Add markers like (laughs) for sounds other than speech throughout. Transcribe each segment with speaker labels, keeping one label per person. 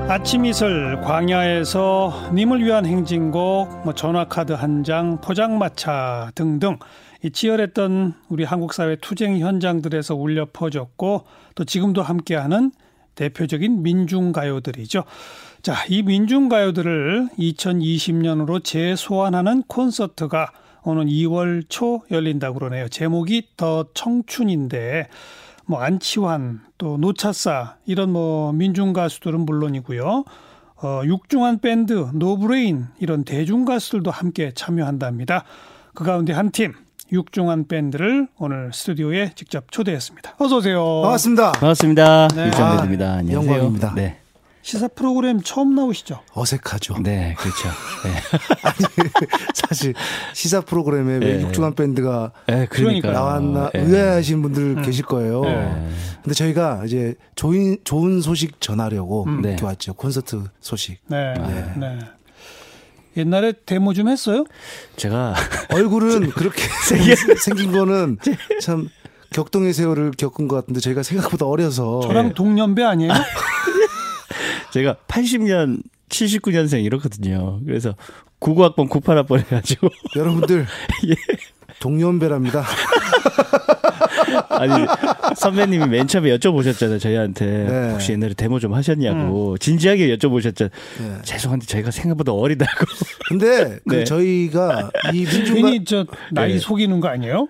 Speaker 1: 아침 이슬 광야에서 님을 위한 행진곡, 뭐 전화카드 한 장, 포장마차 등등 이 치열했던 우리 한국 사회 투쟁 현장들에서 울려 퍼졌고 또 지금도 함께하는 대표적인 민중 가요들이죠. 자, 이 민중 가요들을 2020년으로 재소환하는 콘서트가 오는 2월 초 열린다고 그러네요. 제목이 더 청춘인데 뭐 안치환 또 노차사 이런 뭐 민중 가수들은 물론이고요. 어, 육중한 밴드 노브레인 이런 대중 가수들도 함께 참여한답니다. 그 가운데 한 팀 육중한 밴드를 오늘 스튜디오에 직접 초대했습니다. 어서 오세요.
Speaker 2: 반갑습니다.
Speaker 3: 반갑습니다.
Speaker 1: 네.
Speaker 3: 유지원 대드입니다. 안녕하세요.
Speaker 2: 아, 영광입니다.
Speaker 3: 네.
Speaker 1: 시사 프로그램 처음 나오시죠?
Speaker 2: 어색하죠.
Speaker 3: 네, 그렇죠.
Speaker 2: (laughs)
Speaker 3: 네.
Speaker 2: 사실 시사 프로그램에 왜
Speaker 3: 예.
Speaker 2: 육중한 밴드가
Speaker 3: 네,
Speaker 1: 그러니까요.
Speaker 3: 그러니까
Speaker 2: 나왔나
Speaker 3: 예.
Speaker 2: 의아해하신 분들 계실 거예요.
Speaker 1: 음. 예.
Speaker 2: 근데 저희가 이제 좋은 좋은 소식 전하려고
Speaker 1: 음.
Speaker 3: 네.
Speaker 2: 이렇게 왔죠. 콘서트 소식.
Speaker 1: 네. 네. 옛날에 데모 좀 했어요?
Speaker 3: 제가 (laughs)
Speaker 1: (laughs)
Speaker 2: 얼굴은 그렇게 생- 생긴 거는 참 격동의 세월을 겪은 것 같은데 저희가 생각보다 어려서 예.
Speaker 1: 저랑 동년배 아니에요?
Speaker 3: 제가 80년 79년생 이렇거든요. 그래서 99학번 98학번 해가지고 (laughs)
Speaker 1: (laughs)
Speaker 2: 예. 여러분들
Speaker 1: 예.
Speaker 2: 동년배랍니다.
Speaker 3: 아니 선배님이 맨 처음에 여쭤보셨잖아요 저희한테
Speaker 2: 네. 음.
Speaker 3: 혹시 옛날에 데모 좀 하셨냐고 진지하게 여쭤보셨잖아요.
Speaker 2: 네.
Speaker 3: 죄송한데 저희가 생각보다 어리다고. (laughs)
Speaker 2: 근데 그
Speaker 3: 네.
Speaker 2: 저희가 이 민중과
Speaker 1: 괜히 저 나이
Speaker 3: 네.
Speaker 1: 속이는 거 아니에요?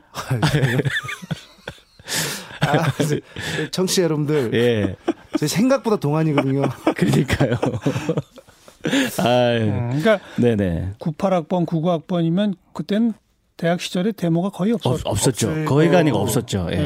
Speaker 2: 아,
Speaker 1: (laughs)
Speaker 2: 청취자 여러분들
Speaker 3: 예,
Speaker 2: 저희 생각보다 동안이거든요.
Speaker 3: 그러니까요. (laughs) 아,
Speaker 1: 음, 그러니까
Speaker 3: 네네.
Speaker 1: 98학번, 99학번이면 그땐 대학 시절에 데모가 거의 없었.
Speaker 3: 없, 없었죠.
Speaker 2: 없을
Speaker 3: 거의가 아니고
Speaker 2: 거고. 네.
Speaker 3: 없었죠. 예.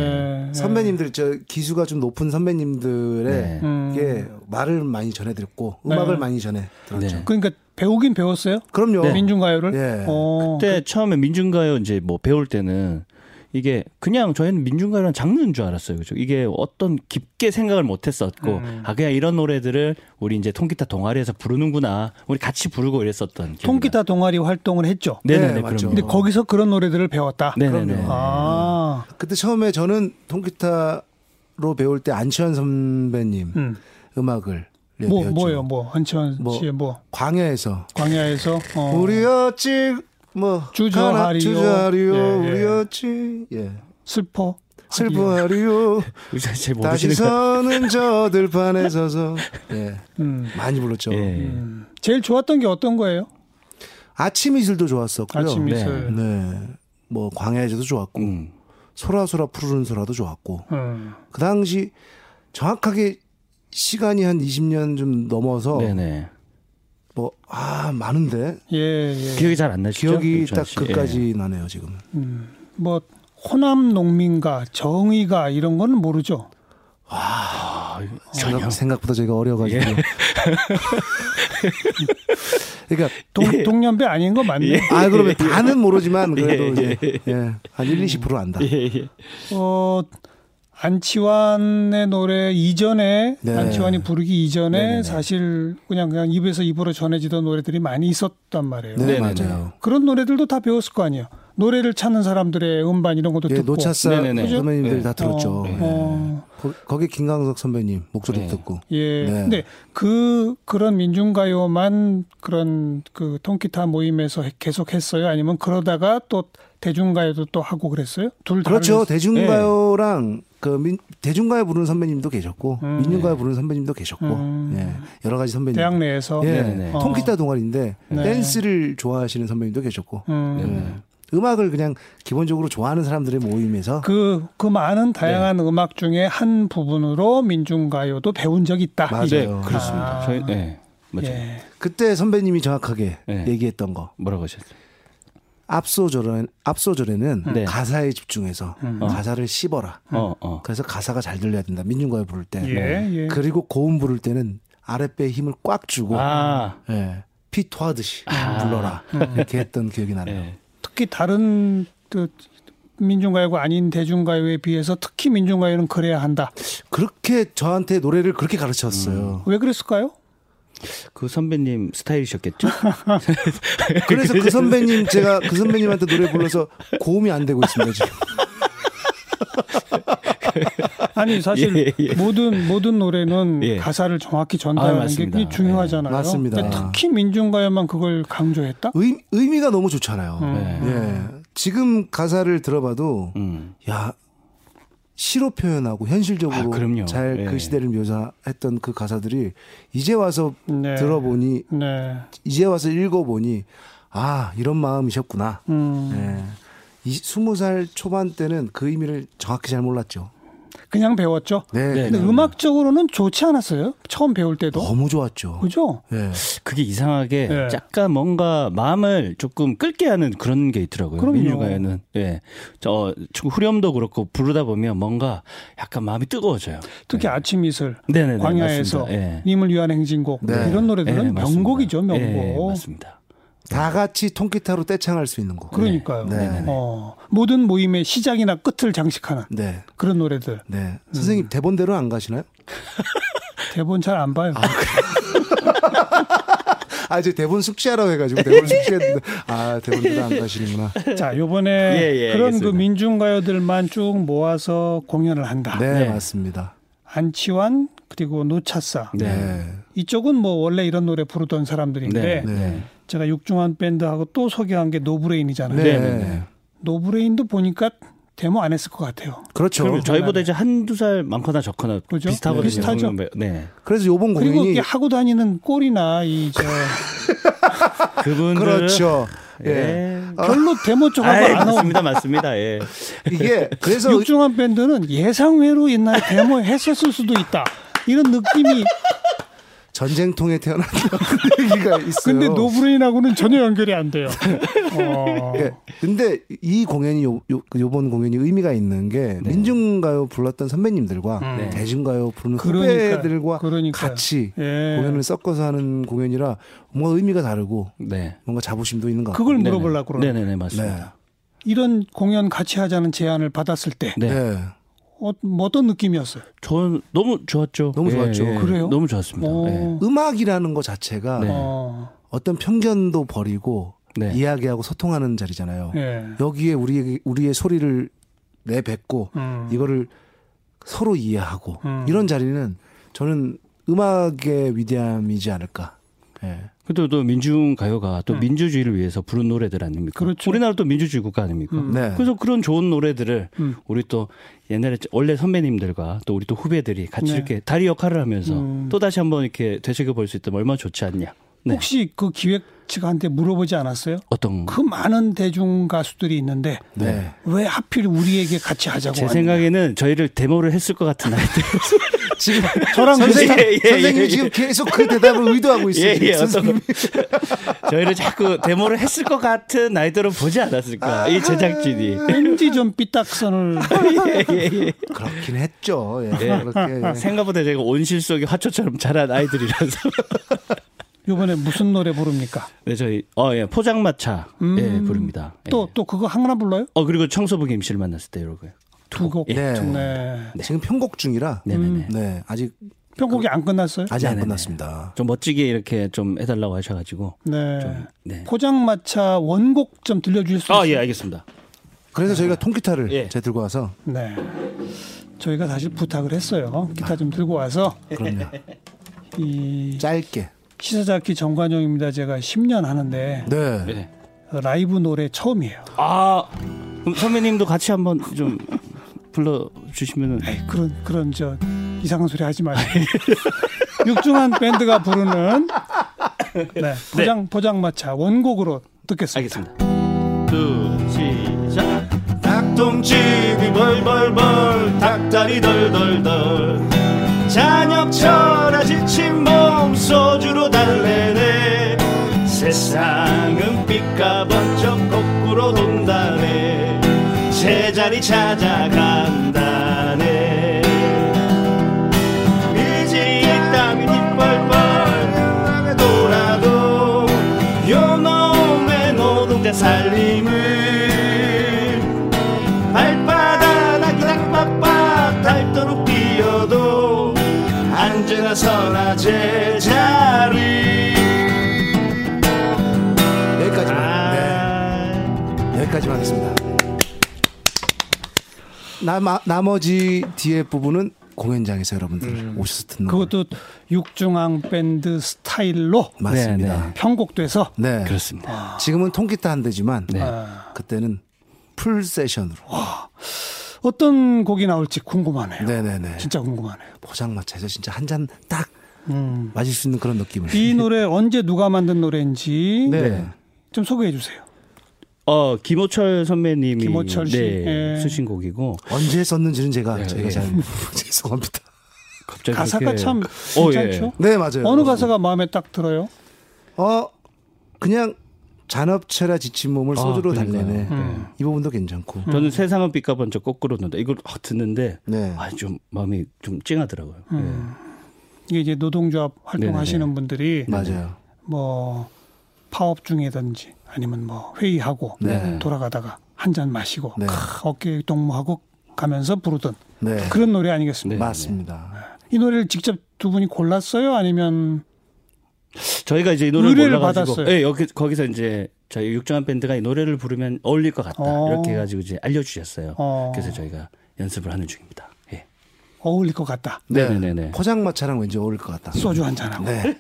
Speaker 1: 예.
Speaker 2: 선배님들 저 기수가 좀 높은 선배님들의
Speaker 3: 네.
Speaker 1: 음.
Speaker 2: 게 말을 많이 전해드렸고 음악을
Speaker 1: 네.
Speaker 2: 많이 전해드렸죠.
Speaker 3: 네.
Speaker 1: 그러니까 배우긴 배웠어요.
Speaker 2: 그럼요.
Speaker 1: 민중가요를.
Speaker 2: 예.
Speaker 1: 어.
Speaker 3: 그때 처음에 민중가요 이제 뭐 배울 때는 이게 그냥 저희는 민중가요란 장르인 줄 알았어요. 그죠? 이게 어떤 깊게 생각을 못 했었고 아 그냥 이런 노래들을 우리 이제 통기타 동아리에서 부르는구나. 우리 같이 부르고 이랬었던 기억이 나요.
Speaker 1: 통기타 동아리 활동을 했죠.
Speaker 3: 네네네.
Speaker 2: 네, 맞죠.
Speaker 3: 그럼요.
Speaker 1: 근데 거기서 그런 노래들을 배웠다.
Speaker 3: 네네네.
Speaker 2: 그럼요.
Speaker 1: 아.
Speaker 2: 그때 처음에 저는 통기타로 배울 때 안치환 선배님
Speaker 1: 음.
Speaker 2: 음악을 예,
Speaker 1: 뭐
Speaker 2: 배웠죠.
Speaker 1: 뭐예요? 뭐 한치환
Speaker 2: 뭐.
Speaker 1: 씨의 뭐
Speaker 2: 광야에서
Speaker 1: 광야에서 어.
Speaker 2: 우리 어찌 뭐
Speaker 1: 주저하리요.
Speaker 2: 가나 주저하리요
Speaker 1: 예, 예.
Speaker 2: 우리 어찌 예.
Speaker 1: 슬퍼 (laughs)
Speaker 2: 슬퍼하리요
Speaker 3: 제
Speaker 2: 다시
Speaker 3: 모르시는 거.
Speaker 2: 서는 저들
Speaker 1: (laughs)
Speaker 2: 판에 서서 예
Speaker 1: 음.
Speaker 2: 많이 불렀죠.
Speaker 3: 예.
Speaker 1: 제일 좋았던 게 어떤 거예요?
Speaker 2: 아침 이슬도 좋았었고요.
Speaker 1: 아침
Speaker 3: 네.
Speaker 1: 이슬.
Speaker 2: 네. 뭐 광야제도 좋았고
Speaker 3: 음.
Speaker 2: 소라소라 푸르른 소라도 좋았고
Speaker 1: 음.
Speaker 2: 그 당시 정확하게 시간이 한 20년 좀 넘어서
Speaker 3: 네네.
Speaker 2: 뭐 아 많은데
Speaker 1: 예, 예.
Speaker 3: 기억이 잘 안 나시죠?
Speaker 2: 기억이
Speaker 3: 그렇죠.
Speaker 2: 딱
Speaker 3: 예.
Speaker 2: 그까지 나네요 지금은
Speaker 1: 뭐 호남 농민가, 정의가 이런 거는 모르죠.
Speaker 2: 생각, 생각보다 저희가 어려가지고
Speaker 3: 예.
Speaker 2: 그러니까
Speaker 1: 동,
Speaker 3: (laughs) 예.
Speaker 1: 동년배 아닌 거 맞네.
Speaker 2: 아 그러면 다는 모르지만
Speaker 3: 예,
Speaker 2: 그래도 이제 예, 한 1, 20% 안다
Speaker 3: 예, 예.
Speaker 1: 어 안치환의 노래 이전에
Speaker 2: 네.
Speaker 1: 안치환이 부르기 이전에 사실 그냥 그냥 입에서 입으로 전해지던 노래들이 많이 있었단 말이에요.
Speaker 2: 네
Speaker 3: 네네네.
Speaker 2: 맞아요
Speaker 1: 그런 노래들도 다 배웠을 거 아니에요. 노래를 찾는 사람들의 음반 이런 것도
Speaker 2: 예,
Speaker 1: 듣고.
Speaker 2: 노차사
Speaker 3: 네네네. 그죠?
Speaker 2: 선배님들
Speaker 3: 예.
Speaker 2: 다 들었죠 네.
Speaker 1: 어, 어,
Speaker 2: 거, 거기 김강석 선배님 목소리
Speaker 3: 예.
Speaker 2: 도 듣고
Speaker 1: 예.
Speaker 2: 네.
Speaker 1: 근데 그 그런 민중가요만 그런 그 통기타 모임에서 해- 계속 했어요. 아니면 그러다가 또 대중가요도 또 하고 그랬어요. 둘 다.
Speaker 2: 그렇죠. 대중가요랑 그 민, 대중가요 부르는 선배님도 계셨고
Speaker 1: 음.
Speaker 2: 민중가요 부르는 선배님도 계셨고
Speaker 1: 음.
Speaker 2: 예, 여러 가지 선배님.
Speaker 1: 대학 내에서. 어.
Speaker 2: 예,
Speaker 3: 네네.
Speaker 2: 통기타 동아리인데
Speaker 1: 네.
Speaker 2: 댄스를 좋아하시는 선배님도 계셨고
Speaker 3: 예.
Speaker 2: 예.
Speaker 1: 음.
Speaker 2: 음악을 그냥 기본적으로 좋아하는 사람들의 모임에서
Speaker 1: 그, 그 많은
Speaker 2: 네.
Speaker 1: 다양한 음악 중에 한 부분으로 민중가요도 배운 적이 있다.
Speaker 2: 맞아요.
Speaker 3: 네,
Speaker 1: 이게.
Speaker 3: 그렇습니다.
Speaker 1: 아.
Speaker 3: 저희 네. 맞아요.
Speaker 1: 예.
Speaker 2: 그때 선배님이 정확하게
Speaker 3: 네.
Speaker 2: 얘기했던 거
Speaker 3: 뭐라고 하셨어요?
Speaker 2: 앞소절에 앞소절에는
Speaker 3: 네.
Speaker 2: 가사에 집중해서
Speaker 1: 음.
Speaker 2: 가사를 씹어라.
Speaker 3: 어, 어.
Speaker 2: 그래서 가사가 잘 들려야 된다. 민중가요 부를 때.
Speaker 1: 예, 예.
Speaker 2: 그리고 고음 부를 때는 아랫배에 힘을 꽉 주고
Speaker 3: 아.
Speaker 2: 예. 피 토하듯이 불러라 이렇게 했던 기억이 나네요.
Speaker 3: 예.
Speaker 1: 특히 다른 그 민중가요가 아닌 대중가요에 비해서 특히 민중가요는 그래야 한다.
Speaker 2: 그렇게 저한테 노래를 그렇게
Speaker 3: 음.
Speaker 2: 가르쳤어요.
Speaker 1: 왜 그랬을까요?
Speaker 3: 그 선배님 스타일이셨겠죠?
Speaker 2: (laughs) 그래서 그 선배님 제가 그 선배님한테 노래 불러서 고음이 안 되고 있습니다 지금.
Speaker 1: 아니 사실
Speaker 3: (laughs) 예, 예.
Speaker 1: 모든 모든 노래는
Speaker 3: 예.
Speaker 1: 가사를 정확히 전달하는
Speaker 3: 아,
Speaker 1: 게
Speaker 3: 맞습니다.
Speaker 1: 그게 중요하잖아요.
Speaker 2: 예. 맞습니다.
Speaker 1: 근데 특히 민중가요만 그걸 강조했다.
Speaker 2: 의, 의미가 너무 좋잖아요.
Speaker 1: 음.
Speaker 2: 예. 지금 가사를 들어봐도
Speaker 3: 음.
Speaker 2: 야 시로 표현하고
Speaker 3: 아,
Speaker 2: 현실적으로
Speaker 3: 그럼요.
Speaker 2: 잘 그
Speaker 3: 예.
Speaker 2: 시대를 묘사했던 그 가사들이 이제 와서
Speaker 1: 네.
Speaker 2: 들어보니
Speaker 1: 네.
Speaker 2: 이제 와서 읽어보니 아 이런 마음이셨구나.
Speaker 1: 음.
Speaker 2: 예. 이 스무 살 초반 때는 그 의미를 정확히 잘 몰랐죠.
Speaker 1: 그냥 배웠죠.
Speaker 2: 네,
Speaker 3: 네.
Speaker 1: 근데 음악적으로는 좋지 않았어요. 처음 배울 때도.
Speaker 2: 너무 좋았죠.
Speaker 1: 그죠?
Speaker 2: 예.
Speaker 3: 그게 이상하게
Speaker 1: 예.
Speaker 3: 약간 뭔가 마음을 조금 끌게 하는 그런 게 있더라고요.
Speaker 1: 그럼요.
Speaker 3: 민요가에는 예, 저 좀 후렴도 그렇고 부르다 보면 뭔가 약간 마음이 뜨거워져요.
Speaker 1: 특히 아침 이슬,
Speaker 3: 네. 네네네.
Speaker 1: 광야에서
Speaker 3: 맞습니다. 예.
Speaker 1: 님을 위한 행진곡
Speaker 2: 네.
Speaker 1: 이런 노래들은
Speaker 3: 예, 맞습니다.
Speaker 1: 명곡이죠,
Speaker 3: 예,
Speaker 1: 명곡.
Speaker 3: 맞습니다.
Speaker 2: 다 같이 통기타로 떼창할 수 있는 곡.
Speaker 1: 그러니까요.
Speaker 2: 네. 네.
Speaker 1: 어, 모든 모임의 시작이나 끝을 장식하는
Speaker 2: 네.
Speaker 1: 그런 노래들
Speaker 2: 네.
Speaker 1: 음.
Speaker 2: 선생님 대본대로 안 가시나요?
Speaker 1: 대본 잘 안 봐요.
Speaker 2: 아, 이제 대본 숙지하라고 해가지고
Speaker 1: (laughs)
Speaker 2: 대본 숙지했는데 아 대본대로 안 가시는구나.
Speaker 1: 자, 요번에
Speaker 3: 예, 예,
Speaker 1: 그런
Speaker 3: 알겠습니다.
Speaker 1: 그 민중가요들만 쭉 모아서 공연을 한다.
Speaker 2: 네,
Speaker 3: 네.
Speaker 2: 맞습니다.
Speaker 1: 안치환 그리고 노차사
Speaker 2: 네.
Speaker 1: 이쪽은 뭐 원래 이런 노래 부르던 사람들인데
Speaker 3: 네.
Speaker 2: 네. 네.
Speaker 1: 제가 육중한 밴드하고 또 소개한 게 노브레인이잖아요.
Speaker 3: 네, 네, 네.
Speaker 1: 노브레인도 보니까 데모 안 했을 것 같아요.
Speaker 2: 그렇죠.
Speaker 3: 그럼 저희보다 이제 한두살 많거나 적거나
Speaker 1: 그죠?
Speaker 3: 비슷하거든요.
Speaker 1: 네, 비슷하죠.
Speaker 3: 네.
Speaker 2: 그래서 요번
Speaker 1: 그리고
Speaker 2: 공연이
Speaker 1: 이게 하고 다니는 꼴이나
Speaker 3: (laughs)
Speaker 1: 이저
Speaker 3: 그분들은
Speaker 2: 그렇죠.
Speaker 3: 예.
Speaker 2: 예.
Speaker 1: 별로 데모 쪽하고
Speaker 3: 아이,
Speaker 1: 안 나오고
Speaker 3: 맞습니다, 맞습니다. 예.
Speaker 2: 이게
Speaker 1: (laughs)
Speaker 2: 그래서
Speaker 1: 육중한 밴드는 예상외로 옛날에 데모 했었을 수도 있다. 이런
Speaker 3: (laughs)
Speaker 1: 느낌이
Speaker 2: 전쟁통에 태어났다는 (laughs) 얘기가 있어요.
Speaker 1: 근데 노브레인하고는 전혀 연결이 안
Speaker 3: (laughs)
Speaker 1: 돼요. 어.
Speaker 2: 예. 근데 이 공연이 요, 요, 그 요번 공연이 의미가 있는 게 민중가요 불렀던 선배님들과
Speaker 1: 네. 음.
Speaker 2: 대중가요 부르는
Speaker 1: 그러니까요.
Speaker 2: 후배들과
Speaker 1: 그러니까요.
Speaker 2: 같이
Speaker 1: 예.
Speaker 2: 공연을 섞어서 하는 공연이라 뭔가 의미가 다르고
Speaker 3: 네.
Speaker 2: 뭔가 자부심도 있는 것 같아요.
Speaker 1: 그걸 물어보려고 그러는
Speaker 3: 네네네, 맞습니다.
Speaker 1: 이런 공연 같이 하자는 제안을 받았을 때
Speaker 3: 네.
Speaker 2: 네.
Speaker 1: 어, 뭐 어떤 느낌이었어요?
Speaker 3: 전 너무 좋았죠. 예,
Speaker 2: 너무 좋았죠.
Speaker 1: 그래요?
Speaker 3: 너무 좋았습니다.
Speaker 1: 어,
Speaker 3: 예.
Speaker 2: 음악이라는 것 자체가
Speaker 3: 네.
Speaker 1: 어,
Speaker 2: 어떤 편견도 버리고
Speaker 3: 네.
Speaker 2: 이야기하고 소통하는 자리잖아요.
Speaker 1: 예.
Speaker 2: 여기에 우리 우리의 소리를 내뱉고
Speaker 1: 음.
Speaker 2: 이거를 서로 이해하고
Speaker 1: 음.
Speaker 2: 이런 자리는 저는 음악의 위대함이지 않을까. 예.
Speaker 3: 그래도 또 민중 가요가 또
Speaker 1: 음.
Speaker 3: 민주주의를 위해서 부른 노래들 아닙니까?
Speaker 1: 그렇죠.
Speaker 3: 우리나라 또 민주주의 국가 아닙니까?
Speaker 1: 음.
Speaker 2: 네.
Speaker 3: 그래서 그런 좋은 노래들을
Speaker 1: 음.
Speaker 3: 우리 또 옛날에 원래 선배님들과 또 우리 또 후배들이 같이
Speaker 1: 네.
Speaker 3: 이렇게 다리 역할을 하면서
Speaker 1: 음.
Speaker 3: 또 다시 한번 이렇게 되새겨 볼 수 있다면 얼마나 좋지 않냐. 네.
Speaker 1: 혹시 그 기획측한테 물어보지 않았어요?
Speaker 3: 어떤
Speaker 1: 그 많은 대중 가수들이 있는데
Speaker 2: 네.
Speaker 1: 왜 하필 우리에게 같이 하자고
Speaker 3: 제
Speaker 1: 하냐?
Speaker 3: 생각에는 저희를 데모를 했을 것 같은
Speaker 1: (laughs)
Speaker 3: 나이대. (laughs)
Speaker 2: 지금
Speaker 1: 저랑
Speaker 2: 선생님,
Speaker 1: 비슷한
Speaker 3: 예, 예,
Speaker 2: 선생님이
Speaker 3: 예.
Speaker 2: 지금 계속 그
Speaker 3: (laughs)
Speaker 2: 대답을 의도하고 있어요.
Speaker 3: 예, 예,
Speaker 2: 선생님.
Speaker 3: 어떤 거. (laughs) 저희를 자꾸 데모를 했을 것 같은 나이대로 보지 않았을까. 이 제작진이.
Speaker 1: 왠지 좀
Speaker 3: (laughs)
Speaker 1: 삐딱선을
Speaker 2: 그렇긴 했죠. 예.
Speaker 3: 네. (laughs)
Speaker 1: 아.
Speaker 2: 그렇게. 예.
Speaker 3: 생각보다 제가 온실 속의 화초처럼 자란 아이들이라서.
Speaker 1: 이번에 무슨 노래 부릅니까?
Speaker 3: 네, 저희 어, 예, 포장마차 예, 부릅니다. 예.
Speaker 1: 또 또 그거 하나 불러요?
Speaker 3: 어 그리고 청소부 김씨를 만났을 때 이러고요.
Speaker 1: 두 곡.
Speaker 2: 예.
Speaker 1: 두- 네.
Speaker 2: 지금 편곡 중이라
Speaker 3: 네네네. 네,
Speaker 2: 네. 아직
Speaker 1: 편곡이 안 끝났어요?
Speaker 2: 아직 안 끝났습니다.
Speaker 3: 좀 멋지게 이렇게 좀 해달라고 하셔가지고.
Speaker 1: 네.
Speaker 3: 네.
Speaker 1: 포장마차 원곡 좀 들려줄 수 있어요?
Speaker 3: 아 예 알겠습니다.
Speaker 2: 그래서 저희가 통기타를
Speaker 3: 예.
Speaker 2: 제 들고 와서
Speaker 1: 네. 저희가 사실 부탁을 했어요. 기타 좀 들고 와서
Speaker 2: 그럼요.
Speaker 1: 이
Speaker 2: 짧게.
Speaker 1: 시사자키 정관용입니다. 제가 10년 하는데
Speaker 2: 네.
Speaker 3: 네.
Speaker 1: 라이브 노래 처음이에요.
Speaker 3: 아 그럼 선배님도 같이 한번 좀 불러 주시면은.
Speaker 1: 에이, 네, 그런 그런 저 이상한 소리 하지 마세요.
Speaker 2: (laughs)
Speaker 1: 육중한 밴드가 부르는 네, 포장 포장마차 원곡으로 듣겠습니다.
Speaker 3: 알겠습니다. 두 시작.
Speaker 4: 닭똥집이 벌벌벌 닭다리 덜덜덜 저녁철아 지친 몸 소주로 달래네 세상은 삐까번쩍 거꾸로 돈다네 제자리 찾아간다네 이제 이 땀이 뻘뻘 돌아도 요놈의 노동자 살림을 발바닥 아기닥박박 닳도록 뛰어도 앉으나 서나 제자리
Speaker 2: 여기까지만.
Speaker 4: 아,
Speaker 2: 네. 여기까지만 하겠습니다. 나, 나머지 뒤에 부분은 공연장에서 여러분들
Speaker 3: 음.
Speaker 2: 오셔서 듣는 거
Speaker 1: 그것도 육중앙 밴드 스타일로
Speaker 2: 맞습니다.
Speaker 1: 편곡돼서
Speaker 2: 네,
Speaker 3: 그렇습니다.
Speaker 2: 지금은 통기타 한 대지만
Speaker 3: 네.
Speaker 1: 아,
Speaker 2: 그때는 풀 세션으로.
Speaker 1: 어떤 곡이 나올지 궁금하네요.
Speaker 2: 네네네.
Speaker 1: 진짜 궁금하네요.
Speaker 2: 포장마차에서 진짜 한 잔 딱
Speaker 1: 음.
Speaker 2: 마실 수 있는 그런 느낌을.
Speaker 1: 이 노래 언제 누가 만든 노래인지
Speaker 2: 네.
Speaker 1: 좀 소개해 주세요.
Speaker 3: 어 김호철 선배님이
Speaker 1: 김호철 씨.
Speaker 3: 네,
Speaker 1: 예.
Speaker 3: 쓰신 곡이고
Speaker 2: 언제 썼는지는 제가 (laughs)
Speaker 3: 네,
Speaker 2: 제가
Speaker 3: 예.
Speaker 2: 잘 죄송합니다.
Speaker 3: 갑자기
Speaker 1: 가사가
Speaker 3: 그렇게-
Speaker 1: 참
Speaker 3: 어,
Speaker 1: 괜찮죠?
Speaker 2: 네 맞아요.
Speaker 1: 어느 가사가 마음에 딱 들어요?
Speaker 2: 어 그냥 잔업체라 지친 몸을
Speaker 3: 아,
Speaker 2: 소주로
Speaker 3: 그러니까요.
Speaker 2: 달래네.
Speaker 1: 음.
Speaker 2: 이 부분도 괜찮고.
Speaker 3: 저는 세상은 빛과 번쩍 거꾸로 돈다 이걸 확 듣는데
Speaker 2: 네.
Speaker 3: 아 좀 마음이 좀 찡하더라고요. 예.
Speaker 1: 음. 이게 이제 노동조합
Speaker 3: 네네네.
Speaker 1: 활동하시는 분들이
Speaker 2: 맞아요.
Speaker 1: 뭐 파업 중이든지 아니면 뭐 회의하고
Speaker 2: 네.
Speaker 1: 돌아가다가 한 잔 마시고
Speaker 2: 네.
Speaker 1: 캬, 어깨 동무하고 가면서 부르던
Speaker 2: 네.
Speaker 1: 그런 노래 아니겠습니까?
Speaker 3: 네.
Speaker 2: 맞습니다.
Speaker 1: 이 노래를 직접 두 분이 골랐어요? 아니면
Speaker 3: 예. 저희가 이제 이 노래를
Speaker 1: 의뢰를
Speaker 3: 몰라가지고
Speaker 1: 받았어요.
Speaker 3: 예, 여기 거기서 이제 저희 육정한 밴드가 이 노래를 부르면 어울릴 것 같다
Speaker 1: 어.
Speaker 3: 이렇게 해가지고 이제 알려주셨어요.
Speaker 1: 어,
Speaker 3: 그래서 저희가 연습을 하는 중입니다. 예.
Speaker 1: 어울릴 것 같다.
Speaker 2: 네.
Speaker 3: 네네네네.
Speaker 2: 포장마차랑 왠지 어울릴 것 같다.
Speaker 1: 소주 한 잔하고.
Speaker 2: 네.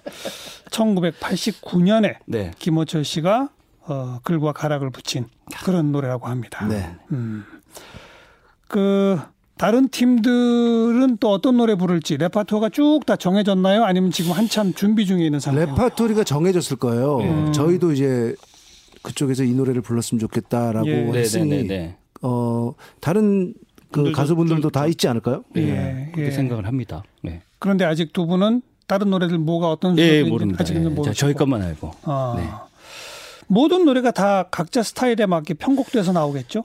Speaker 1: (laughs) 1989년에
Speaker 3: 네.
Speaker 1: 김호철 씨가 어, 글과 가락을 붙인 그런 노래라고 합니다.
Speaker 2: 네.
Speaker 1: 음. 그 다른 팀들은 또 어떤 노래 부를지 레파토가 쭉 다 정해졌나요? 아니면 지금 한참 준비 중에 있는 상태?
Speaker 2: 레파토리가 정해졌을 거예요. 저희도 이제 그쪽에서 이 노래를 불렀으면 좋겠다라고
Speaker 1: 예.
Speaker 2: 했으니
Speaker 3: 네네네네.
Speaker 2: 어 다른 그 가수분들도 다 있지 않을까요?
Speaker 1: 예,
Speaker 3: 예. 그렇게
Speaker 1: 예.
Speaker 3: 생각을 합니다. 예.
Speaker 1: 그런데 아직 두 분은 다른 노래들 뭐가 어떤
Speaker 3: 예,
Speaker 1: 노래인지
Speaker 3: 모릅니다.
Speaker 1: 아직은
Speaker 3: 예.
Speaker 1: 모르고
Speaker 3: 자, 저희 것만 알고.
Speaker 1: 아.
Speaker 3: 네.
Speaker 1: 모든 노래가 다 각자 스타일에 맞게 편곡돼서 나오겠죠?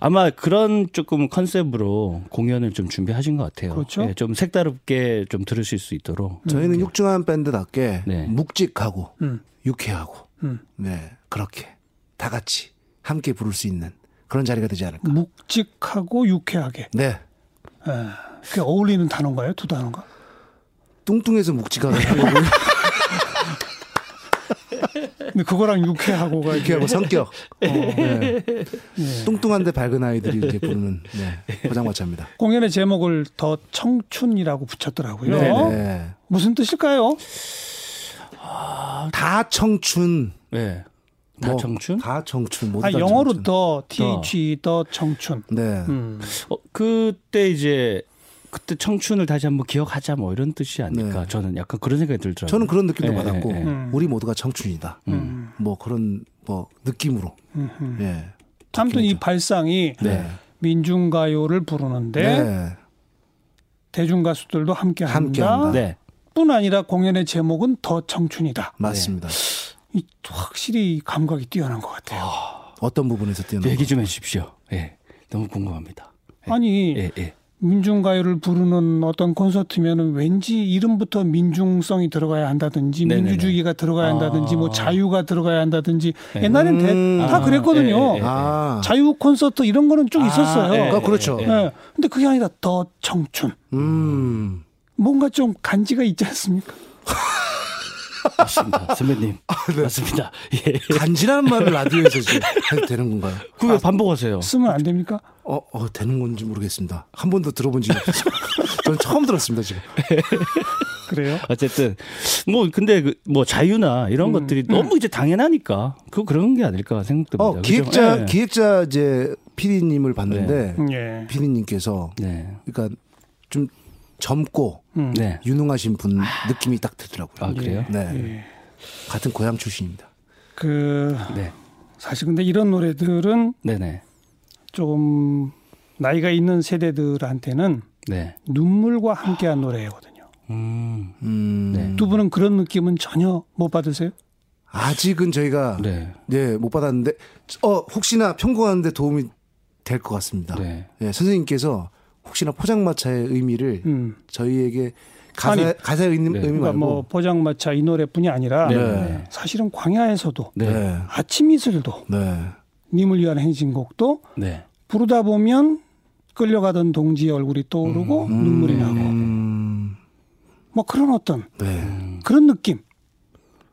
Speaker 3: 아마 그런 조금 컨셉으로 공연을 좀 준비하신 것 같아요.
Speaker 1: 그렇죠.
Speaker 3: 예, 좀 색다르게 좀 들으실 수 있도록.
Speaker 2: 저희는 육중한 밴드답게
Speaker 3: 음. 네.
Speaker 2: 묵직하고
Speaker 1: 음.
Speaker 2: 유쾌하고
Speaker 1: 음.
Speaker 2: 네 그렇게 다 같이 함께 부를 수 있는 그런 자리가 되지 않을까.
Speaker 1: 묵직하고 유쾌하게.
Speaker 2: 네.
Speaker 1: 예. 그게 어울리는 단어인가요? 두 단어가?
Speaker 2: 뚱뚱해서 묵직하게
Speaker 1: 근데 그거랑
Speaker 3: (laughs)
Speaker 1: 유쾌하고가 이렇게
Speaker 2: 유쾌하고 성격. 네. 뚱뚱한데 밝은 아이들이 이렇게 부르는 네. 포장마차입니다.
Speaker 1: 공연의 제목을 더 청춘이라고 붙였더라고요.
Speaker 2: 네.
Speaker 1: 무슨 뜻일까요?
Speaker 2: 다 청춘.
Speaker 3: 예. 다
Speaker 2: 뭐,
Speaker 3: 청춘?
Speaker 2: 다 청춘. 모두
Speaker 1: 아,
Speaker 2: 다
Speaker 1: 영어로
Speaker 2: 청춘.
Speaker 1: 더 TH 더 청춘.
Speaker 2: 네.
Speaker 1: 음.
Speaker 3: 어, 그때 이제 그때 청춘을 다시 한번 기억하자 뭐 이런 뜻이 아닐까.
Speaker 2: 네.
Speaker 3: 저는 약간 그런 생각이 들더라고요.
Speaker 2: 저는 그런 느낌도
Speaker 3: 예,
Speaker 2: 받았고
Speaker 3: 예, 예.
Speaker 1: 음.
Speaker 2: 우리 모두가 청춘이다.
Speaker 1: 음.
Speaker 2: 뭐 그런 뭐 느낌으로.
Speaker 1: 음흠.
Speaker 2: 예.
Speaker 1: 아무튼 이 발상이
Speaker 2: 네.
Speaker 1: 민중가요를 부르는데
Speaker 2: 네.
Speaker 1: 대중 가수들도 함께 한다.
Speaker 2: 함께한다.
Speaker 3: 네.
Speaker 1: 뿐 아니라 공연의 제목은 더 청춘이다.
Speaker 2: 맞습니다.
Speaker 1: 이 확실히 이 감각이 뛰어난 것 같아요.
Speaker 2: 어떤 부분에서 뛰어난
Speaker 3: 얘기 좀 해주십시오. 예. 너무 궁금합니다.
Speaker 2: 네.
Speaker 1: 아니
Speaker 3: 예, 예.
Speaker 1: 민중가요를 부르는 어떤 콘서트면은 왠지 이름부터 민중성이 들어가야 한다든지
Speaker 3: 네네네.
Speaker 1: 민주주의가 들어가야 한다든지 뭐
Speaker 3: 아.
Speaker 1: 자유가 들어가야 한다든지
Speaker 3: 네.
Speaker 1: 옛날엔 대-
Speaker 2: 음.
Speaker 1: 다
Speaker 3: 아,
Speaker 1: 그랬거든요.
Speaker 3: 예, 예.
Speaker 2: 아.
Speaker 1: 자유 콘서트 이런 거는 쭉
Speaker 3: 아,
Speaker 1: 있었어요.
Speaker 3: 예,
Speaker 2: 아, 그렇죠.
Speaker 3: 예, 예.
Speaker 1: 예. 근데 그게 아니라 더 청춘.
Speaker 2: 음.
Speaker 1: 뭔가 좀 간지가 있지 않습니까?
Speaker 3: 맞습니다. 선배님.
Speaker 2: (laughs) 아, 네.
Speaker 3: 맞습니다. 예.
Speaker 2: 간지란 말을 라디오에서 지금 해도 되는 건가요?
Speaker 3: 그왜 반복하세요?
Speaker 1: 쓰면 안 됩니까?
Speaker 2: 어, 어, 되는 건지 모르겠습니다. 한 번도 들어본 적이 없어요. (laughs) 저는 처음 들었습니다, 지금.
Speaker 1: 그래요?
Speaker 3: 어쨌든 뭐 근데 그 뭐 자유나 이런 것들이 너무 이제 당연하니까 그 그런 게 아닐까 생각됩니다.
Speaker 2: 어,
Speaker 3: 그죠?
Speaker 2: 기획자,
Speaker 3: 예.
Speaker 2: 기획자 이제 피디님을 봤는데,
Speaker 1: 예.
Speaker 2: 피디님께서,
Speaker 3: 네.
Speaker 2: 그러니까 좀 젊고
Speaker 1: 음.
Speaker 3: 네.
Speaker 2: 유능하신 분 느낌이 딱 들더라고요.
Speaker 3: 아, 그래요?
Speaker 2: 네.
Speaker 1: 예.
Speaker 2: 같은 고향 출신입니다.
Speaker 1: 그
Speaker 3: 네.
Speaker 1: 사실 근데 이런 노래들은
Speaker 3: 네, 네.
Speaker 1: 조금 나이가 있는 세대들한테는
Speaker 3: 네.
Speaker 1: 눈물과 함께한 노래거든요.
Speaker 3: 음.
Speaker 2: 음.
Speaker 3: 네.
Speaker 1: 두 분은 그런 느낌은 전혀 못 받으세요?
Speaker 2: 아직은 저희가
Speaker 3: 네.
Speaker 2: 네, 못 받았는데 어 혹시나 평가하는데 도움이 될 것 같습니다.
Speaker 3: 네.
Speaker 2: 예, 선생님께서 혹시나 포장마차의 의미를
Speaker 1: 음.
Speaker 2: 저희에게 가사
Speaker 1: 아니,
Speaker 2: 가사의 의미,
Speaker 3: 네.
Speaker 2: 의미
Speaker 1: 그러니까
Speaker 2: 말고
Speaker 1: 뭐 포장마차 이 노래뿐이 아니라
Speaker 3: 네.
Speaker 1: 사실은 광야에서도
Speaker 3: 네. 네.
Speaker 2: 네.
Speaker 1: 아침 이슬도
Speaker 2: 네.
Speaker 1: 님을 위한 행진곡도
Speaker 3: 네.
Speaker 1: 부르다 보면 끌려가던 동지의 얼굴이 떠오르고 눈물이 나고
Speaker 2: 음,
Speaker 1: 뭐 그런 어떤
Speaker 2: 네.
Speaker 3: 음,
Speaker 1: 그런 느낌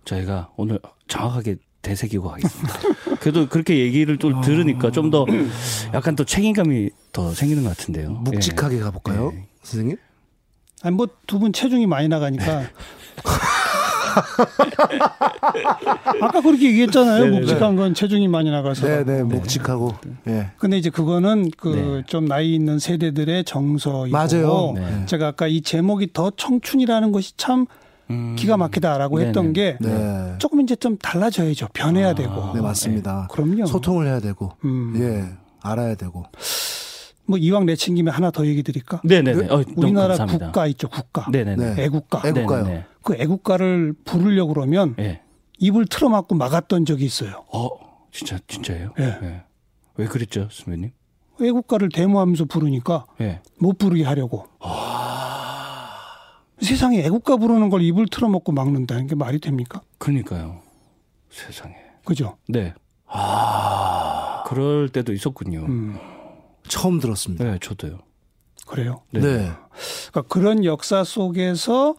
Speaker 3: 저희가 오늘 정확하게 되새기고 하겠습니다. 그래도 그렇게 얘기를 또 들으니까 좀 더 약간 또 책임감이 더 생기는 것 같은데요.
Speaker 2: 묵직하게 가볼까요,
Speaker 3: 예.
Speaker 2: 선생님?
Speaker 1: 아니 뭐 두 분 체중이 많이
Speaker 2: (laughs)
Speaker 1: 나가니까. 아까 그렇게 얘기했잖아요.
Speaker 2: 네네네.
Speaker 1: 묵직한 건 체중이 많이 나가서.
Speaker 2: 네, 네, 묵직하고. 예.
Speaker 1: 근데 이제 그거는 그
Speaker 3: 네.
Speaker 1: 좀 나이 있는 세대들의 정서이고
Speaker 2: 맞아요.
Speaker 3: 네.
Speaker 1: 제가 아까 이 제목이 더 청춘이라는 것이 참
Speaker 3: 음.
Speaker 1: 기가 막히다라고 했던 게
Speaker 2: 네,
Speaker 1: 조금 이제 좀 달라져야죠. 변해야
Speaker 3: 아,
Speaker 1: 되고.
Speaker 2: 네, 맞습니다.
Speaker 1: 그럼요.
Speaker 2: 소통을 해야 되고,
Speaker 1: 음.
Speaker 3: 네.
Speaker 2: 예, 알아야 되고.
Speaker 1: 뭐 이왕 내친 김에 하나 더 얘기 드릴까?
Speaker 3: 네네네. 어, 너무
Speaker 1: 우리나라
Speaker 3: 감사합니다.
Speaker 1: 국가 있죠. 국가.
Speaker 3: 네네네.
Speaker 2: 네.
Speaker 1: 애국가.
Speaker 2: 애국- 애국가요.
Speaker 3: 네네네.
Speaker 1: 그 애국가를 부르려고 그러면
Speaker 3: 예.
Speaker 1: 입을 틀어막고 막았던 적이 있어요.
Speaker 3: 어, 진짜 진짜예요?
Speaker 1: 예.
Speaker 3: 왜 그랬죠, 선배님?
Speaker 1: 애국가를 데모하면서 부르니까
Speaker 3: 예.
Speaker 1: 못 부르게 하려고.
Speaker 3: 아.
Speaker 1: 세상에 애국가 부르는 걸 입을 틀어먹고 막는다는 게 말이 됩니까?
Speaker 3: 그러니까요. 세상에.
Speaker 1: 그죠?
Speaker 3: 네. 아. 그럴 때도 있었군요.
Speaker 1: 음,
Speaker 2: 처음 들었습니다.
Speaker 3: 네, 저도요.
Speaker 1: 그래요.
Speaker 2: 네.
Speaker 1: 그러니까 그런 역사 속에서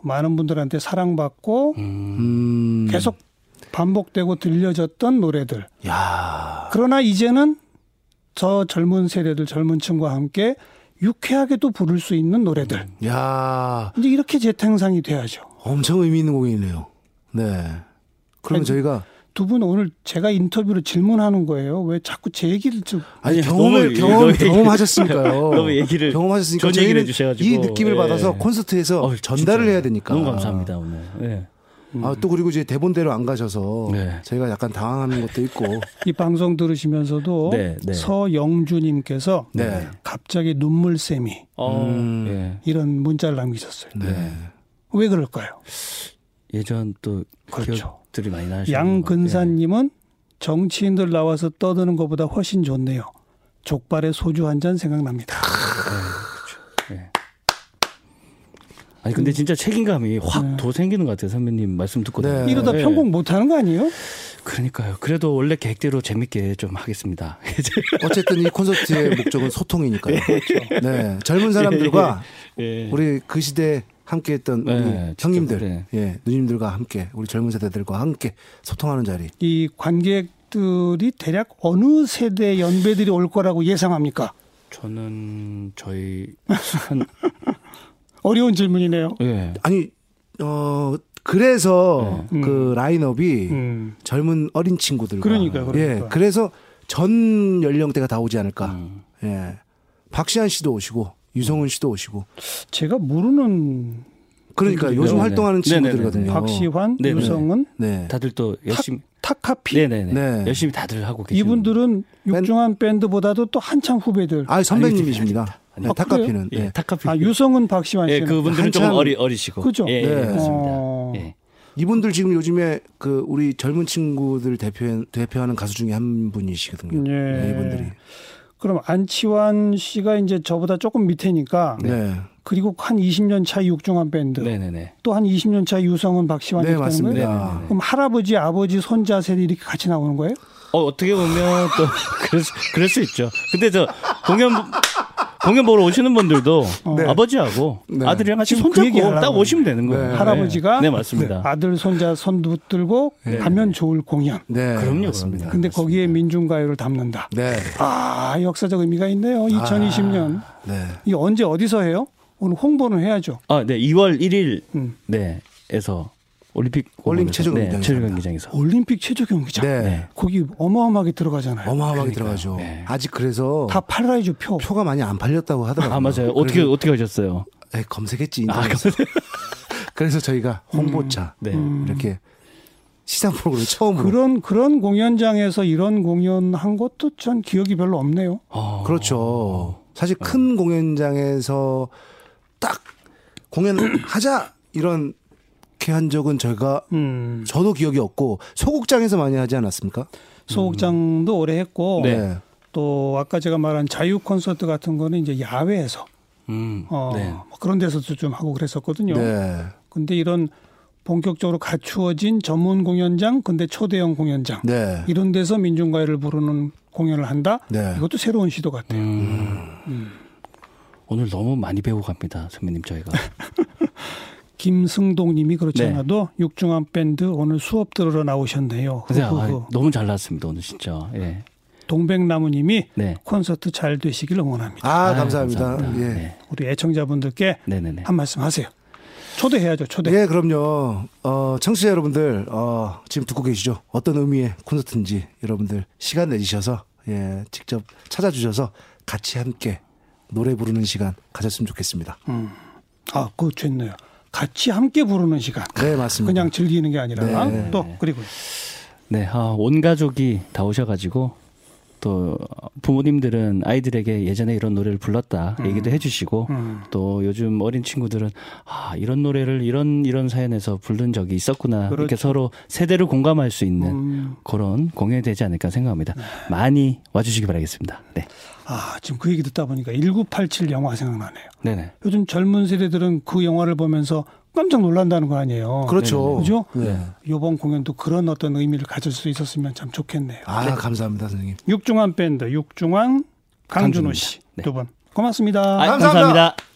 Speaker 1: 많은 분들한테 사랑받고
Speaker 3: 음.
Speaker 2: 음.
Speaker 1: 계속 반복되고 들려졌던 노래들.
Speaker 2: 야.
Speaker 1: 그러나 이제는 저 젊은 세대들, 젊은 층과 함께 유쾌하게도 부를 수 있는 노래들.
Speaker 2: 야.
Speaker 1: 이제 이렇게 재탕상이 돼야죠.
Speaker 2: 엄청 의미 있는 공연이네요. 네. 그러면
Speaker 1: 아니,
Speaker 2: 저희가
Speaker 1: 두 분 오늘 제가 인터뷰로 질문하는 거예요. 왜 자꾸 제 얘기를 좀
Speaker 2: 아니
Speaker 3: 아니,
Speaker 2: 경험을
Speaker 3: 너무
Speaker 2: 경험
Speaker 3: 너무
Speaker 2: 경험하셨으니까요.
Speaker 3: (laughs) 너무 얘기를
Speaker 2: 경험하셨으니까
Speaker 3: 좋은 얘기를
Speaker 2: 저희는
Speaker 3: 해주셔가지고.
Speaker 2: 이 느낌을
Speaker 3: 예.
Speaker 2: 받아서 콘서트에서
Speaker 3: 어,
Speaker 2: 전달을
Speaker 3: 진짜요.
Speaker 2: 해야 되니까.
Speaker 3: 너무 감사합니다 오늘. 예.
Speaker 2: 아, 또 그리고 이제 대본대로 안 가셔서
Speaker 3: 네.
Speaker 2: 저희가 약간 당황하는 것도 있고.
Speaker 1: 이 방송 들으시면서도
Speaker 3: 네, 네.
Speaker 1: 서영주님께서
Speaker 2: 네.
Speaker 1: 갑자기 눈물샘이
Speaker 3: (laughs) 어,
Speaker 2: 음.
Speaker 3: 예.
Speaker 1: 이런 문자를 남기셨어요.
Speaker 2: 네.
Speaker 1: 왜 그럴까요?
Speaker 3: 예전 또
Speaker 1: 그렇죠.
Speaker 3: 기억들이 많이 나시는
Speaker 1: 양근사님은
Speaker 3: 예.
Speaker 1: 정치인들 나와서 떠드는 것보다 훨씬 좋네요. 족발에 소주 한 잔 생각납니다.
Speaker 3: 예. 아니 근데 진짜 책임감이 확 더 생기는 것 같아요 선배님 말씀 듣고
Speaker 2: 네.
Speaker 3: 나면.
Speaker 1: 이러다
Speaker 3: 예.
Speaker 1: 편곡 못하는 거 아니에요?
Speaker 3: 그러니까요. 그래도 원래 계획대로 재밌게 좀 하겠습니다. (laughs) 이제.
Speaker 2: 어쨌든 이 콘서트의 목적은 소통이니까요. 네. 젊은 사람들과
Speaker 3: 그렇죠. 예.
Speaker 2: 우리 그 시대에 함께 했던 우리
Speaker 3: 네, 진짜
Speaker 2: 형님들,
Speaker 3: 그래.
Speaker 2: 예, 누님들과 함께 우리 젊은 세대들과 함께 소통하는 자리.
Speaker 1: 이 관객들이 대략 어느 세대 연배들이 올 거라고 예상합니까?
Speaker 3: 저는 저희 한
Speaker 1: 어려운 질문이네요.
Speaker 3: 예.
Speaker 2: 아니 어 그래서
Speaker 3: 네.
Speaker 2: 그
Speaker 3: 예.
Speaker 2: 라인업이
Speaker 1: 음.
Speaker 2: 젊은 어린 친구들과
Speaker 1: 그러니까요, 그러니까.
Speaker 2: 예 그래서 전 연령대가 다 오지 않을까
Speaker 3: 음.
Speaker 2: 예 박시한 씨도 오시고 유성은 씨도 오시고
Speaker 1: 제가 모르는
Speaker 2: 그러니까 요즘
Speaker 3: 네네.
Speaker 2: 활동하는
Speaker 3: 네네네.
Speaker 2: 친구들이거든요
Speaker 1: 박시환,
Speaker 3: 네, 네, 네.
Speaker 1: 유성은,
Speaker 2: 네
Speaker 3: 다들 또 열심히
Speaker 1: 타카피
Speaker 3: 네네네. 그
Speaker 2: 네.
Speaker 3: 열심히 다들 하고 계시는
Speaker 1: 이분들은
Speaker 2: 밴-
Speaker 1: 육중한 밴드보다도 또 한창 후배들. 아,
Speaker 2: 아, 선배님이십니다. 네,
Speaker 1: 아,
Speaker 2: 타카피는.
Speaker 3: 예,
Speaker 2: 네.
Speaker 3: 타카피.
Speaker 1: 유성은 박시환
Speaker 3: 예,
Speaker 1: 씨는
Speaker 3: 그분들은 조금
Speaker 2: 한참-
Speaker 3: 어리 어리시고.
Speaker 1: 그죠?
Speaker 3: 예, 예,
Speaker 2: 네.
Speaker 3: 그렇습니다.
Speaker 1: 어.
Speaker 3: 예.
Speaker 2: 이분들 지금 요즘에 그 우리 젊은 친구들 대표 대표하는 가수 중에 한 분이시거든요.
Speaker 1: 예.
Speaker 2: 네, 이분들이.
Speaker 1: 그럼 안치환 씨가 이제 저보다 조금 밑에니까
Speaker 2: 네.
Speaker 1: 그리고 한 20년 차 육중한 밴드
Speaker 3: 네네네.
Speaker 1: 또 한 20년 차 유성은 박시환
Speaker 2: 네,
Speaker 1: 이렇게 되는 거예요?
Speaker 2: 맞습니다.
Speaker 1: 그럼 할아버지, 아버지, 손자 세대 이렇게 같이 나오는 거예요?
Speaker 3: 어 어떻게 보면 또 (laughs) 그럴 수, 그럴 수 있죠. 근데 저 공연 공연 보러 오시는 분들도 아버지하고
Speaker 2: 네.
Speaker 3: 아들이랑 같이
Speaker 1: 지금 그
Speaker 3: 손잡고
Speaker 1: 얘기 하려고
Speaker 3: 딱 오시면 되는 거예요.
Speaker 2: 네.
Speaker 3: 네.
Speaker 1: 할아버지가
Speaker 3: 네 맞습니다.
Speaker 1: 아들, 손자 손 붙들고 가면 좋을 공연.
Speaker 2: 네.
Speaker 3: 그럼요,
Speaker 2: 맞습니다.
Speaker 3: 그럼요.
Speaker 1: 근데 거기에 민중가요를 담는다.
Speaker 2: 네.
Speaker 1: 아, 역사적 의미가
Speaker 2: 아.
Speaker 1: 있네요. 2020년.
Speaker 2: 네.
Speaker 1: 이 언제 어디서 해요? 오늘 홍보는 해야죠.
Speaker 3: 아, 네, 2월 1일
Speaker 1: 음.
Speaker 3: 네에서 올림픽
Speaker 2: 올림픽
Speaker 3: 공원에서,
Speaker 2: 체조 경기장에서
Speaker 3: 네, 체조 경기장에서
Speaker 1: 올림픽 체조 경기장.
Speaker 2: 네.
Speaker 1: 거기 어마어마하게 들어가잖아요.
Speaker 2: 어마어마하게 들어가죠.
Speaker 3: 네.
Speaker 2: 아직 그래서
Speaker 1: 다 팔라이즈 표.
Speaker 2: 표가 많이 안 팔렸다고 하더라고요.
Speaker 3: 아 맞아요. 어떻게 아, 어떻게 하셨어요?
Speaker 2: 그래서- 에, 검색했지. 인터넷에서. (laughs) 그래서 저희가 홍보차
Speaker 3: 네.
Speaker 2: 이렇게 시상 프로그램 처음으로
Speaker 1: 그런 그런 공연장에서 이런 공연 한 것도 전 기억이 별로 없네요.
Speaker 3: 어,
Speaker 2: 그렇죠. 사실 큰 공연장에서 딱 공연하자 이런 이렇게 한 적은 제가
Speaker 1: 음.
Speaker 2: 저도 기억이 없고 소극장에서 많이 하지 않았습니까?
Speaker 1: 소극장도 오래 했고
Speaker 3: 네.
Speaker 1: 또 아까 제가 말한 자유 콘서트 같은 거는 이제 야외에서
Speaker 3: 음.
Speaker 1: 어,
Speaker 3: 네.
Speaker 1: 뭐 그런 데서도 좀 하고 그랬었거든요.
Speaker 2: 네.
Speaker 1: 근데 이런 본격적으로 갖추어진 전문 공연장, 근데 초대형 공연장
Speaker 2: 네.
Speaker 1: 이런 데서 민중가요를 부르는 공연을 한다.
Speaker 2: 네.
Speaker 1: 이것도 새로운 시도 같아요.
Speaker 3: 음. 오늘 너무 많이 배워갑니다, 선배님 저희가.
Speaker 1: 김승동님이 그렇지
Speaker 3: 네.
Speaker 1: 않아도 육중한 밴드 오늘 수업 들으러 나오셨네요.
Speaker 3: 근데 아,
Speaker 1: 후후후.
Speaker 3: 너무 잘 나왔습니다 오늘 진짜. 예.
Speaker 1: 동백나무님이
Speaker 3: 네.
Speaker 1: 콘서트 잘 되시길 응원합니다.
Speaker 2: 아,
Speaker 3: 아유,
Speaker 2: 감사합니다. 예.
Speaker 3: 네.
Speaker 1: 우리 애청자분들께
Speaker 3: 네네네.
Speaker 1: 한 말씀 하세요. 초대해야죠. 초대.
Speaker 2: 예, 그럼요. 어, 청취자 여러분들, 어, 지금 듣고 계시죠? 어떤 의미의 콘서트인지 여러분들 시간 내주셔서, 예, 직접 찾아주셔서 같이 함께 노래 부르는 시간 가졌으면 좋겠습니다.
Speaker 1: 아, 그거 좋네요. 같이 함께 부르는 시간.
Speaker 2: 네, 맞습니다.
Speaker 1: 그냥 즐기는 게 아니라 어?
Speaker 2: 네.
Speaker 1: 또 그리고
Speaker 3: 네, 아, 온 가족이 다 오셔가지고 또 부모님들은 아이들에게 예전에 이런 노래를 불렀다
Speaker 2: 음.
Speaker 3: 얘기도 해주시고
Speaker 1: 음.
Speaker 3: 또 요즘 어린 친구들은 아 이런 노래를 이런 이런 사연에서 부른 적이 있었구나 이렇게
Speaker 1: 그렇죠.
Speaker 3: 서로 세대를 공감할 수 있는
Speaker 1: 음.
Speaker 3: 그런 공연이 되지 않을까 생각합니다. 많이 와주시기 바라겠습니다. 네,
Speaker 1: 아, 지금 그 얘기 듣다 보니까 1987 영화 생각나네요.
Speaker 3: 네네.
Speaker 1: 요즘 젊은 세대들은 그 영화를 보면서 깜짝 놀란다는 거 아니에요.
Speaker 2: 그렇죠.
Speaker 1: 그죠?
Speaker 2: 네.
Speaker 1: 이번 공연도 그런 어떤 의미를 가질 수 있었으면 참 좋겠네요.
Speaker 2: 아, 감사합니다, 선생님.
Speaker 1: 육중한 밴드 육중한 강준호
Speaker 3: 강준호입니다.
Speaker 1: 씨
Speaker 3: 네.
Speaker 1: 두 분 고맙습니다.
Speaker 3: 아,
Speaker 2: 감사합니다.
Speaker 3: 감사합니다.